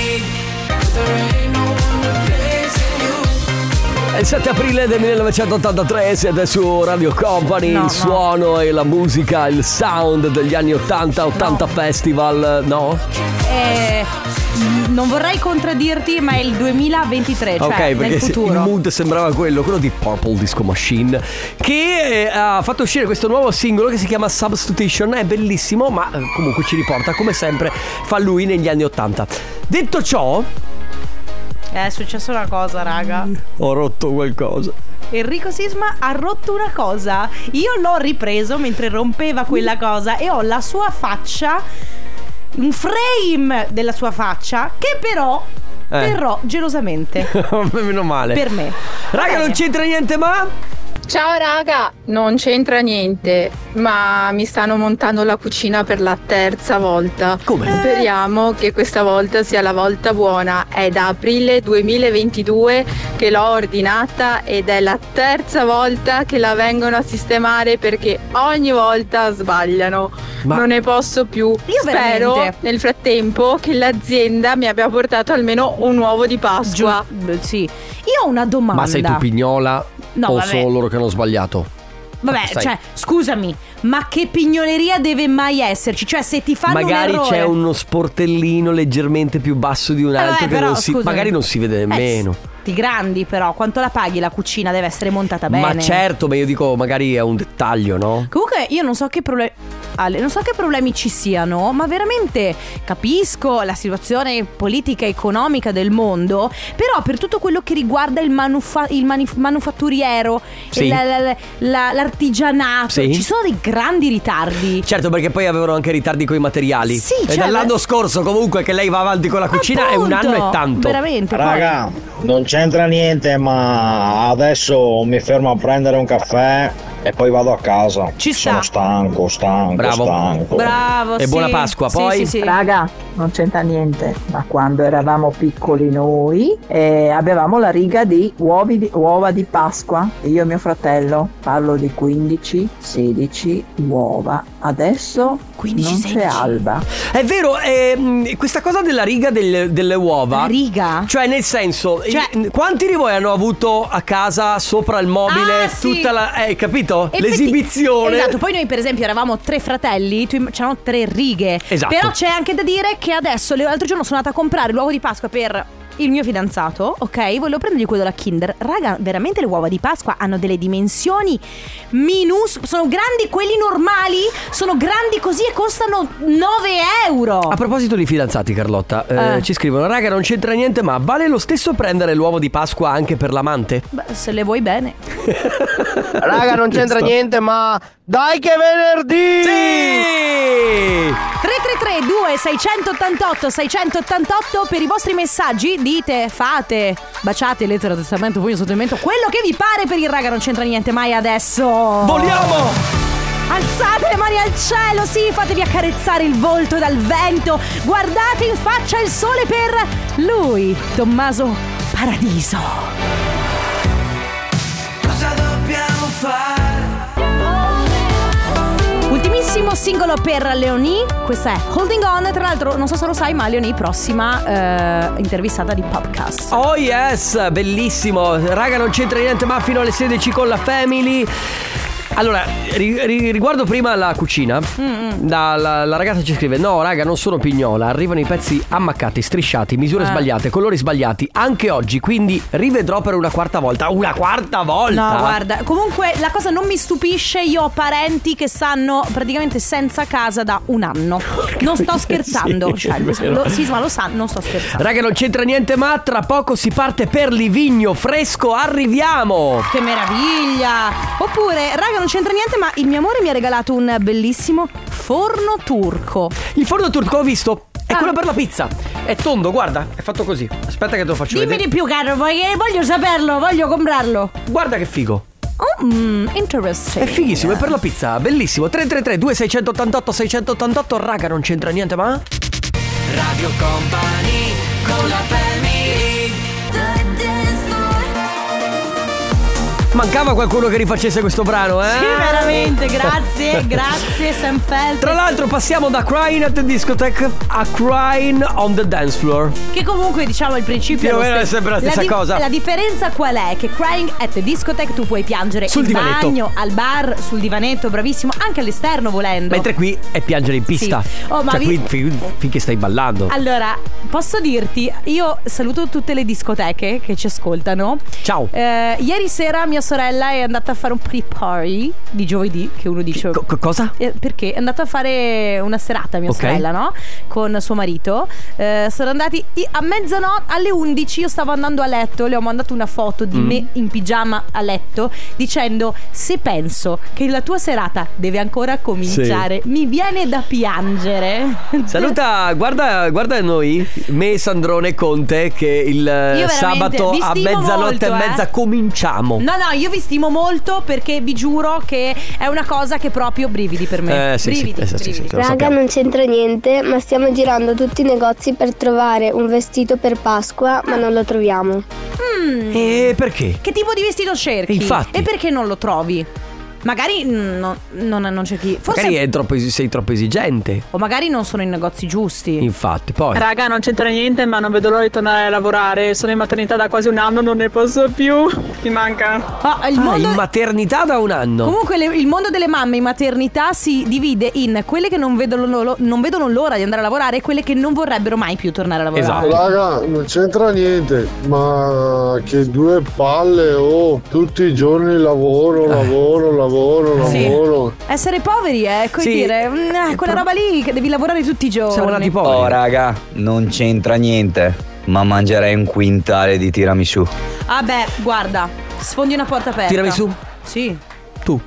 [SPEAKER 2] È il 7 aprile del 1983 siete su Radio Company,
[SPEAKER 3] No,
[SPEAKER 2] il
[SPEAKER 3] no.
[SPEAKER 2] suono e la musica, il sound degli anni 80, 80 festival, no?
[SPEAKER 1] Eh, non vorrei contraddirti, ma è il 2023, cioè
[SPEAKER 2] ok, perché
[SPEAKER 1] nel
[SPEAKER 2] se- il
[SPEAKER 1] futuro.
[SPEAKER 2] mood sembrava quello, quello di Purple Disco Machine, che eh, ha fatto uscire questo nuovo singolo che si chiama Substitution, è bellissimo, ma eh, comunque ci riporta, come sempre, fa lui negli anni 80. Detto ciò,
[SPEAKER 1] È successa una cosa, raga.
[SPEAKER 2] ho rotto qualcosa.
[SPEAKER 1] Enrico Sisma ha rotto una cosa. Io l'ho ripreso mentre rompeva quella cosa e ho la sua faccia, un frame della sua faccia, che però
[SPEAKER 2] Eh.
[SPEAKER 1] terrò gelosamente.
[SPEAKER 2] Meno male.
[SPEAKER 1] Per me.
[SPEAKER 2] Raga, non c'entra niente, ma.
[SPEAKER 19] Ciao raga, non c'entra niente, ma mi stanno montando la cucina per la terza
[SPEAKER 1] Ah.
[SPEAKER 19] volta.
[SPEAKER 2] Come?
[SPEAKER 19] Speriamo che questa volta sia la volta buona. È da aprile 2022 che l'ho ordinata ed è la terza volta che la vengono a sistemare perché ogni volta sbagliano.
[SPEAKER 20] Ma-
[SPEAKER 19] Non ne posso più.
[SPEAKER 1] Eh,
[SPEAKER 19] Spero
[SPEAKER 20] veramente.
[SPEAKER 19] nel frattempo che l'azienda mi abbia portato almeno un uovo di Pasqua.
[SPEAKER 1] sì. Io ho una domanda.
[SPEAKER 2] Ma sei tu pignola
[SPEAKER 1] No,
[SPEAKER 2] o
[SPEAKER 1] vabbè.
[SPEAKER 2] solo loro che hanno sbagliato?
[SPEAKER 1] Vabbè,
[SPEAKER 2] Sai.
[SPEAKER 1] cioè, scusami, ma che pignoleria deve mai esserci? Cioè, se ti fanno
[SPEAKER 2] magari
[SPEAKER 1] un errore...
[SPEAKER 2] c'è uno sportellino leggermente più basso di un
[SPEAKER 1] Eh,
[SPEAKER 2] altro
[SPEAKER 1] vabbè,
[SPEAKER 2] che
[SPEAKER 1] però,
[SPEAKER 2] non si,
[SPEAKER 1] scusami.
[SPEAKER 2] magari non si vede
[SPEAKER 1] Eh,
[SPEAKER 2] nemmeno.
[SPEAKER 1] Ti grandi però, quanto la paghi la cucina deve essere montata bene.
[SPEAKER 2] Ma certo, ma io dico magari è un dettaglio, no?
[SPEAKER 1] Comunque io non so che problemi Ale, non so che problemi ci siano, ma veramente capisco la situazione politica e economica del mondo, però per tutto quello che riguarda il, manufa- il manif- manufatturiero, e
[SPEAKER 2] Sì.
[SPEAKER 1] la- la- la- la- l'artigianato,
[SPEAKER 2] Sì.
[SPEAKER 1] ci sono dei grandi ritardi.
[SPEAKER 2] Certo, perché poi avevano anche ritardi con i materiali.
[SPEAKER 1] Sì,
[SPEAKER 2] e
[SPEAKER 1] cioè,
[SPEAKER 2] dall'anno
[SPEAKER 1] ma-
[SPEAKER 2] scorso comunque che lei va avanti con la cucina è un
[SPEAKER 1] Appunto,
[SPEAKER 2] anno e tanto.
[SPEAKER 1] Veramente. poi-
[SPEAKER 21] Raga, Ah, non c'entra niente, ma adesso mi fermo a prendere un caffè e poi vado a casa.
[SPEAKER 1] Ci sta.
[SPEAKER 21] Sono stanco, stanco,
[SPEAKER 2] Bravo.
[SPEAKER 21] stanco.
[SPEAKER 1] Bravo, sì. Sì, sì, sì.
[SPEAKER 22] Raga, non c'entra niente, ma quando eravamo piccoli noi eh, avevamo la riga di, uovi di- uova di Pasqua. Io e mio fratello parlo di 15-16 uova. Adesso
[SPEAKER 1] 15,
[SPEAKER 22] non
[SPEAKER 1] 16.
[SPEAKER 22] c'è alba.
[SPEAKER 2] È vero, ehm, questa cosa della riga del- delle uova.
[SPEAKER 1] riga? Cioè-
[SPEAKER 2] Cioè, nel senso, i- quanti di voi hanno avuto a casa sopra il mobile
[SPEAKER 1] Ah, sì.
[SPEAKER 2] tutta la. Eh, capito?
[SPEAKER 1] Effetti-
[SPEAKER 2] L'esibizione.
[SPEAKER 1] Esatto, poi noi per esempio eravamo tre fratelli, tu im- c'erano tre righe.
[SPEAKER 2] Esatto.
[SPEAKER 1] Però c'è anche da dire che adesso, le- l'altro giorno sono andata a comprare l'uovo di Pasqua per il mio fidanzato, ok? Volevo prendergli quello della Kinder. Raga, veramente le uova di Pasqua hanno delle dimensioni minus, sono grandi quelli normali, sono grandi così e costano 9 euro.
[SPEAKER 2] A proposito di fidanzati, Carlotta, eh,
[SPEAKER 1] Eh.
[SPEAKER 2] ci scrivono: Raga, non c'entra niente, ma vale lo stesso prendere l'uovo di Pasqua anche per l'amante?
[SPEAKER 1] Beh, se le vuoi bene.
[SPEAKER 23] Raga, non c'entra niente, ma dai che è venerdì!
[SPEAKER 2] Sì!
[SPEAKER 1] 333 2688 688 per i vostri messaggi dite, fate, baciate, lettera, testamento, pugno sottometto, quello che vi pare per il raga non c'entra niente mai adesso.
[SPEAKER 2] Vogliamo!
[SPEAKER 1] Alzate le mani al cielo, sì, fatevi accarezzare il volto dal vento, guardate in faccia il sole per lui, Tommaso Paradiso.
[SPEAKER 3] Cosa dobbiamo fare?
[SPEAKER 1] Ultimissimo singolo per Leonie, questa è Holding On, tra l'altro non so se lo sai ma Leonie prossima eh, intervistata di podcast.
[SPEAKER 2] Oh yes, bellissimo. Raga, non c'entra niente, ma fino alle 16 con la family. Allora, ri- ri- riguardo prima la cucina, da- la, la ragazza ci scrive: No, raga, non sono pignola. Arrivano i pezzi ammaccati, strisciati, misure
[SPEAKER 1] Eh.
[SPEAKER 2] sbagliate, colori sbagliati. Anche oggi, quindi rivedrò per una quarta volta. Una quarta volta!
[SPEAKER 1] No, guarda, comunque la cosa non mi stupisce, io ho parenti che stanno praticamente senza casa da un anno. Non sto scherzando,
[SPEAKER 2] Sì,
[SPEAKER 1] cioè,
[SPEAKER 2] è vero.
[SPEAKER 1] lo, sì, ma lo sa, non sto scherzando.
[SPEAKER 2] Raga, non c'entra niente, ma tra poco si parte per Livigno fresco. Arriviamo!
[SPEAKER 1] Che meraviglia! Oppure, raga, non c'entra niente, ma il mio amore mi ha regalato un bellissimo forno turco.
[SPEAKER 2] Il forno turco ho visto.
[SPEAKER 1] Ah.
[SPEAKER 2] È quello per la pizza. È tondo, guarda, è fatto così. Aspetta che te lo faccio
[SPEAKER 1] Dimmi di
[SPEAKER 2] vedere.
[SPEAKER 1] più, caro, voglio, voglio saperlo, voglio comprarlo.
[SPEAKER 2] Guarda che figo.
[SPEAKER 1] Oh, mm, interesting.
[SPEAKER 2] È fighissimo, è per la pizza, bellissimo. 333 2688 688 raga, non c'entra niente, ma
[SPEAKER 3] Radio Company con la family
[SPEAKER 2] mancava qualcuno che rifacesse questo brano, eh?
[SPEAKER 1] Sì, veramente, grazie, grazie Sam Felt.
[SPEAKER 2] Tra l'altro passiamo da Crying at the Discotheque a Crying on the Dance Floor.
[SPEAKER 1] Che comunque diciamo il principio
[SPEAKER 2] Più
[SPEAKER 1] è lo
[SPEAKER 2] o meno è
[SPEAKER 1] stesso.
[SPEAKER 2] sempre la stessa cosa.
[SPEAKER 1] La differenza qual è? Che crying at the discotheque tu puoi piangere
[SPEAKER 2] Sul
[SPEAKER 1] in
[SPEAKER 2] divanetto.
[SPEAKER 1] bagno, al bar, sul divanetto, bravissimo, anche all'esterno volendo.
[SPEAKER 2] Mentre qui è piangere in pista.
[SPEAKER 1] Sì. Oh, ma
[SPEAKER 2] cioè,
[SPEAKER 1] vi-
[SPEAKER 2] qui fi- finché stai ballando.
[SPEAKER 1] Allora, posso dirti, io saluto tutte le discoteche che ci ascoltano.
[SPEAKER 2] Ciao.
[SPEAKER 1] Eh, ieri sera mia sorella è andata a fare un pre party di giovedì, che uno dice...
[SPEAKER 2] cosa?
[SPEAKER 1] Eh, perché è andata a fare una serata mia
[SPEAKER 2] Ok.
[SPEAKER 1] sorella, no? Con suo marito. Eh, sono andati i- a mezzanotte, alle 11 io stavo andando a letto, le ho mandato una foto di
[SPEAKER 5] Mm.
[SPEAKER 1] me in pigiama a letto dicendo se penso che la tua serata deve ancora cominciare, mi viene da piangere.
[SPEAKER 2] Saluta, guarda, guarda noi, me, Sandrone Conte, che il eh,
[SPEAKER 1] Io veramente
[SPEAKER 2] sabato
[SPEAKER 1] vi
[SPEAKER 2] a
[SPEAKER 1] stimo
[SPEAKER 2] mezzanotte
[SPEAKER 1] molto,
[SPEAKER 2] e mezza
[SPEAKER 1] eh.
[SPEAKER 2] cominciamo.
[SPEAKER 1] No, no, io vi stimo molto perché vi giuro che è una cosa che proprio brividi per me.
[SPEAKER 2] Eh, sì, sì,
[SPEAKER 1] brividi,
[SPEAKER 2] eh, sì, sì,
[SPEAKER 1] brividi.
[SPEAKER 2] sì, sì, lo
[SPEAKER 15] Raga,
[SPEAKER 2] sappiamo.
[SPEAKER 15] non c'entra niente, ma stiamo girando tutti i negozi per trovare un vestito per Pasqua, ma non lo troviamo.
[SPEAKER 1] Mm,
[SPEAKER 2] E perché?
[SPEAKER 1] Che tipo di vestito cerchi?
[SPEAKER 2] Infatti.
[SPEAKER 1] E perché non lo trovi? Magari mm, no- non, non cerchi. Forse.
[SPEAKER 2] Magari è troppo esi- sei troppo esigente.
[SPEAKER 1] O magari non sono i negozi giusti.
[SPEAKER 2] Infatti, poi.
[SPEAKER 18] Raga, non c'entra niente, ma non vedo l'ora di tornare a lavorare. Sono in maternità da quasi un anno, non ne posso più. Mi manca.
[SPEAKER 1] Ah, il
[SPEAKER 2] Ah,
[SPEAKER 1] mondo-
[SPEAKER 2] in maternità da un anno.
[SPEAKER 1] Comunque le- il mondo delle mamme in maternità si divide in quelle che non vedono, lo- non vedono l'ora di andare a lavorare e quelle che non vorrebbero mai più tornare a lavorare.
[SPEAKER 2] Esatto.
[SPEAKER 10] Raga, non c'entra niente, ma che due palle oh, tutti i giorni lavoro, lavoro, lavoro,
[SPEAKER 1] Sì.
[SPEAKER 10] lavoro.
[SPEAKER 1] Essere poveri è come
[SPEAKER 10] Sì.
[SPEAKER 1] dire mm, eh, quella roba lì che devi lavorare tutti i giorni.
[SPEAKER 20] Oh, raga, non c'entra niente, ma mangerei un quintale di tiramisù.
[SPEAKER 1] Vabbè, Ah, guarda, sfondi una porta aperta.
[SPEAKER 2] Tirami su.
[SPEAKER 1] Sì.
[SPEAKER 2] Tu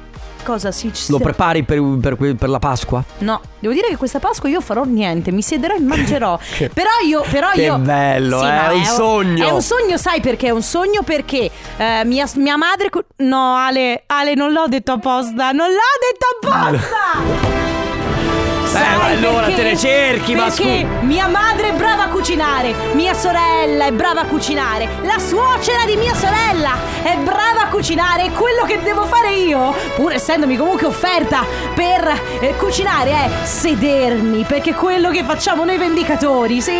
[SPEAKER 1] Cosa sì? ci
[SPEAKER 2] lo
[SPEAKER 1] sta-
[SPEAKER 2] prepari per, per que- per la Pasqua?
[SPEAKER 1] No, devo dire che questa Pasqua io farò niente, mi siederò e mangerò. però io, però
[SPEAKER 2] Che
[SPEAKER 1] io.
[SPEAKER 2] bello, eh,
[SPEAKER 1] ma
[SPEAKER 2] è un sogno.
[SPEAKER 1] È un sogno, sai perché? È un sogno perché eh, mia, mia madre. co- No, Ale, Ale, non l'ho detto apposta, non l'ho detto apposta.
[SPEAKER 2] Eh, ma allora te ne cerchi, ma
[SPEAKER 1] Perché
[SPEAKER 2] scusa.
[SPEAKER 1] mia madre è brava a cucinare, mia sorella è brava a cucinare, la suocera di mia sorella è brava a cucinare e quello che devo fare io, pur essendomi comunque offerta per eh, cucinare, è sedermi, perché quello che facciamo noi vendicatori, sì,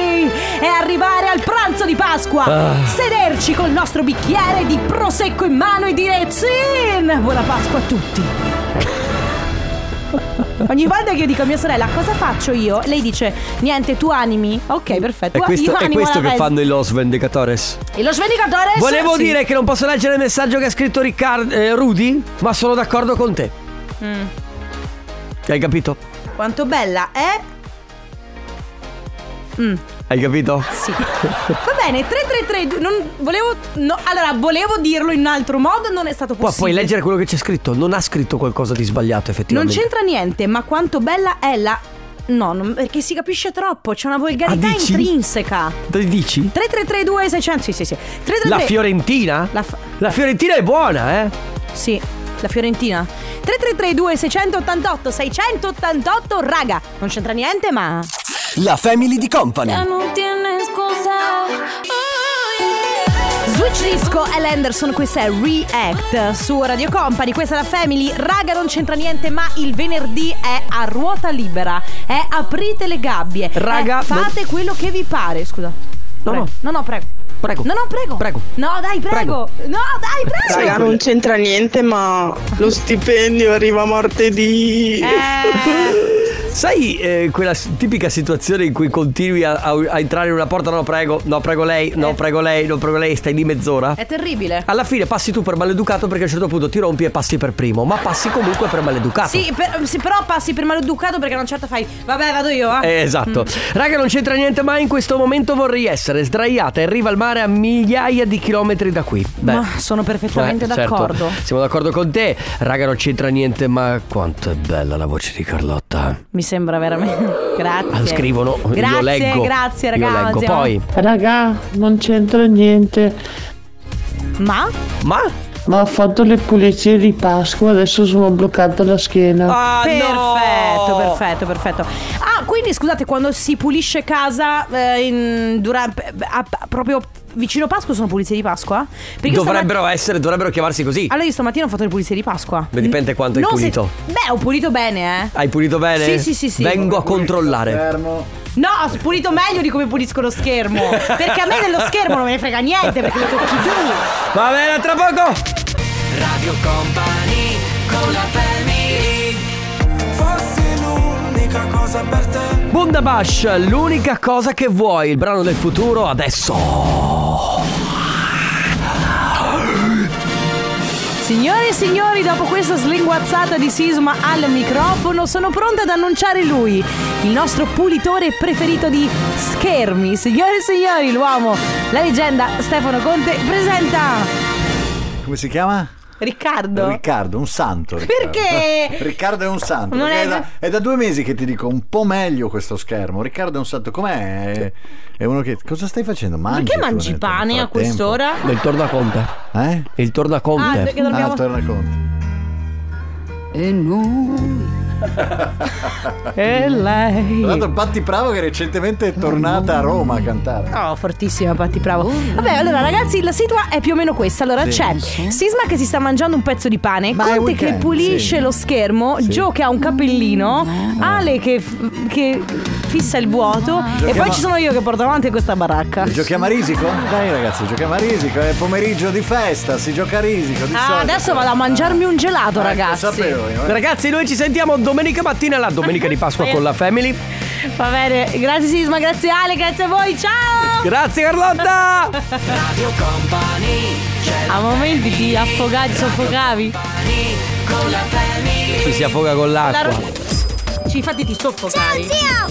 [SPEAKER 1] è arrivare al pranzo di Pasqua,
[SPEAKER 3] Ah.
[SPEAKER 1] sederci col nostro bicchiere di prosecco in mano e dire Zin! Buona Pasqua a tutti! Ogni volta che io dico a mia sorella cosa faccio io, lei dice niente, tu animi. Ok, perfetto.
[SPEAKER 2] È
[SPEAKER 1] Io
[SPEAKER 2] questo, è
[SPEAKER 1] animo
[SPEAKER 2] questo
[SPEAKER 1] la
[SPEAKER 2] che
[SPEAKER 1] festa.
[SPEAKER 2] fanno i Los Vendicatores.
[SPEAKER 1] E lo svendicatore
[SPEAKER 2] Volevo
[SPEAKER 1] Eh, sì.
[SPEAKER 2] dire che non posso leggere il messaggio che ha scritto Riccardo, eh, Rudy, ma sono d'accordo con te.
[SPEAKER 1] Mm,
[SPEAKER 2] Hai capito?
[SPEAKER 1] Quanto bella eh? è. Mm.
[SPEAKER 2] Hai capito?
[SPEAKER 1] Sì. Va bene, 333. Non volevo. no, allora, volevo dirlo in un altro modo, non è stato
[SPEAKER 2] Qua
[SPEAKER 1] possibile.
[SPEAKER 2] puoi leggere quello che c'è scritto. Non ha scritto qualcosa di sbagliato,
[SPEAKER 1] Non
[SPEAKER 2] effettivamente.
[SPEAKER 1] c'entra niente, ma quanto bella è la. No, non- perché si capisce troppo, c'è una volgarità
[SPEAKER 2] Ah, dici?
[SPEAKER 1] intrinseca.
[SPEAKER 2] Te Dici?
[SPEAKER 1] 3332 600 Sì, sì, sì. 333
[SPEAKER 2] La Fiorentina?
[SPEAKER 1] La, fa-
[SPEAKER 2] La Fiorentina è buona, eh?
[SPEAKER 1] Sì, la Fiorentina. 3332 688 688 raga, non c'entra niente, ma
[SPEAKER 2] La Family di Company.
[SPEAKER 3] non tienes cosa.
[SPEAKER 1] Sweet Switch Disco è l'Henderson, questa è React su Radio Company, questa è la Family, raga non c'entra niente ma il venerdì è a ruota libera, è aprite le gabbie,
[SPEAKER 2] Raga,
[SPEAKER 1] è fate quello che vi pare, scusa.
[SPEAKER 2] No,
[SPEAKER 1] Prego.
[SPEAKER 2] no.
[SPEAKER 1] no, no, prego.
[SPEAKER 2] Prego.
[SPEAKER 1] No, no, prego. Prego. No, dai, prego. No, dai, prego.
[SPEAKER 4] Raga, non c'entra niente, ma lo stipendio arriva martedì.
[SPEAKER 1] Eh,
[SPEAKER 2] Sai eh, quella s- tipica situazione in cui continui a, a- a entrare in una porta, no prego, no prego lei,
[SPEAKER 1] Eh.
[SPEAKER 2] no prego lei, no prego lei, stai lì mezz'ora?
[SPEAKER 1] È terribile.
[SPEAKER 2] Alla fine passi tu per maleducato perché a un certo punto ti rompi e passi per primo, ma passi comunque per maleducato.
[SPEAKER 1] Sì, per- sì, però passi per maleducato perché non certo fai. Vabbè, vado io. ah.
[SPEAKER 2] Eh, esatto.
[SPEAKER 1] Mm.
[SPEAKER 2] Raga, non c'entra niente, ma in questo momento vorrei essere sdraiata in riva al mare a migliaia di chilometri da qui. Beh,
[SPEAKER 1] Ma sono perfettamente
[SPEAKER 2] eh, certo.
[SPEAKER 1] d'accordo.
[SPEAKER 2] Siamo d'accordo con te. Raga, non c'entra niente, ma quanto è bella la voce di Carlotta.
[SPEAKER 1] Mi sembra veramente. Grazie.
[SPEAKER 2] Ah, lo scrivono, io
[SPEAKER 1] Grazie,
[SPEAKER 2] leggo.
[SPEAKER 1] grazie,
[SPEAKER 2] Io
[SPEAKER 1] ragazzi. eh.
[SPEAKER 2] leggo, poi.
[SPEAKER 16] Raga, non c'entra niente.
[SPEAKER 1] Ma?
[SPEAKER 2] Ma?
[SPEAKER 16] Ma ho fatto le pulizie di Pasqua, adesso sono bloccata la schiena.
[SPEAKER 1] perfetto, perfetto, perfetto. Ah, quindi scusate, quando si pulisce casa eh, in- dura- a- a- proprio vicino Pasqua sono pulizie di Pasqua? Perché io
[SPEAKER 2] Dovrebbero
[SPEAKER 1] stamat-
[SPEAKER 2] essere, dovrebbero chiamarsi così.
[SPEAKER 1] Allora io stamattina ho fatto le pulizie di Pasqua.
[SPEAKER 2] Beh, dipende quanto hai
[SPEAKER 1] Non se-
[SPEAKER 2] pulito.
[SPEAKER 1] Beh, ho pulito bene, eh.
[SPEAKER 2] Hai pulito bene?
[SPEAKER 1] Sì, sì, sì, sì.
[SPEAKER 2] Vengo a controllare.
[SPEAKER 1] No, ho pulito meglio di come pulisco lo schermo. perché a me dello schermo non me ne frega niente, perché lo tocchi tu.
[SPEAKER 2] Va bene, tra poco.
[SPEAKER 3] Radio Company con la family Forse l'unica cosa per te
[SPEAKER 2] Bundabash, l'unica cosa che vuoi, il brano del futuro adesso.
[SPEAKER 1] Signore e signori, dopo questa slinguazzata di sisma al microfono, sono pronta ad annunciare lui, il nostro pulitore preferito di schermi. Signore e signori, l'uomo, la leggenda Stefano Conte presenta
[SPEAKER 5] Come si chiama?
[SPEAKER 1] Riccardo.
[SPEAKER 5] Riccardo, un santo. Riccardo.
[SPEAKER 1] Perché?
[SPEAKER 5] Riccardo è un santo.
[SPEAKER 1] Non
[SPEAKER 5] perché
[SPEAKER 1] è-
[SPEAKER 5] È... da, è da due mesi che ti dico un po' meglio questo schermo. Riccardo è un santo. Com'è? È uno che. Cosa stai facendo? Mangi.
[SPEAKER 1] Perché
[SPEAKER 5] tu
[SPEAKER 1] mangi
[SPEAKER 5] eh, nel
[SPEAKER 1] pane a
[SPEAKER 5] frattempo.
[SPEAKER 1] quest'ora?
[SPEAKER 2] Il tornaconte.
[SPEAKER 5] Eh?
[SPEAKER 2] Il tornaconte.
[SPEAKER 1] Ah, perché dobbiamo-
[SPEAKER 5] Ah, il tornaconte.
[SPEAKER 1] E noi. e lei.
[SPEAKER 5] Tra l'altro, Patti Bravo che recentemente è tornata a Roma a cantare.
[SPEAKER 1] Oh, fortissima Patti Bravo. Vabbè, allora ragazzi, la situa è più o meno questa. Allora
[SPEAKER 5] Sì.
[SPEAKER 1] c'è Sisma che si sta mangiando un pezzo di pane,
[SPEAKER 5] è
[SPEAKER 1] Conte che
[SPEAKER 5] weekend,
[SPEAKER 1] pulisce
[SPEAKER 5] sì. Mm.
[SPEAKER 1] lo schermo,
[SPEAKER 5] Sì.
[SPEAKER 1] Gio che ha un cappellino, Ale che, f- che fissa il vuoto e
[SPEAKER 5] Giochiamo-
[SPEAKER 1] poi ci sono io che porto avanti questa baracca.
[SPEAKER 5] Giochiamo a risico? Dai ragazzi, giochiamo a risico, è pomeriggio di festa, si gioca a risico. Di
[SPEAKER 1] Ah,
[SPEAKER 5] solito.
[SPEAKER 1] adesso vado a mangiarmi un gelato,
[SPEAKER 5] Eh, lo
[SPEAKER 1] ragazzi.
[SPEAKER 5] sapevo io, eh.
[SPEAKER 2] Ragazzi, noi ci sentiamo domenica mattina, la domenica di Pasqua con la Family.
[SPEAKER 1] Va bene, grazie Sisma, grazie Ale, grazie a voi, ciao!
[SPEAKER 2] Grazie Carlotta!
[SPEAKER 3] Radio Company c'è
[SPEAKER 1] A momenti ti affogavi, soffocavi.
[SPEAKER 3] con la family
[SPEAKER 2] Ci si affoga con
[SPEAKER 1] La
[SPEAKER 2] l'acqua.
[SPEAKER 1] ro- Sì, infatti ti soffocavi. Ciao,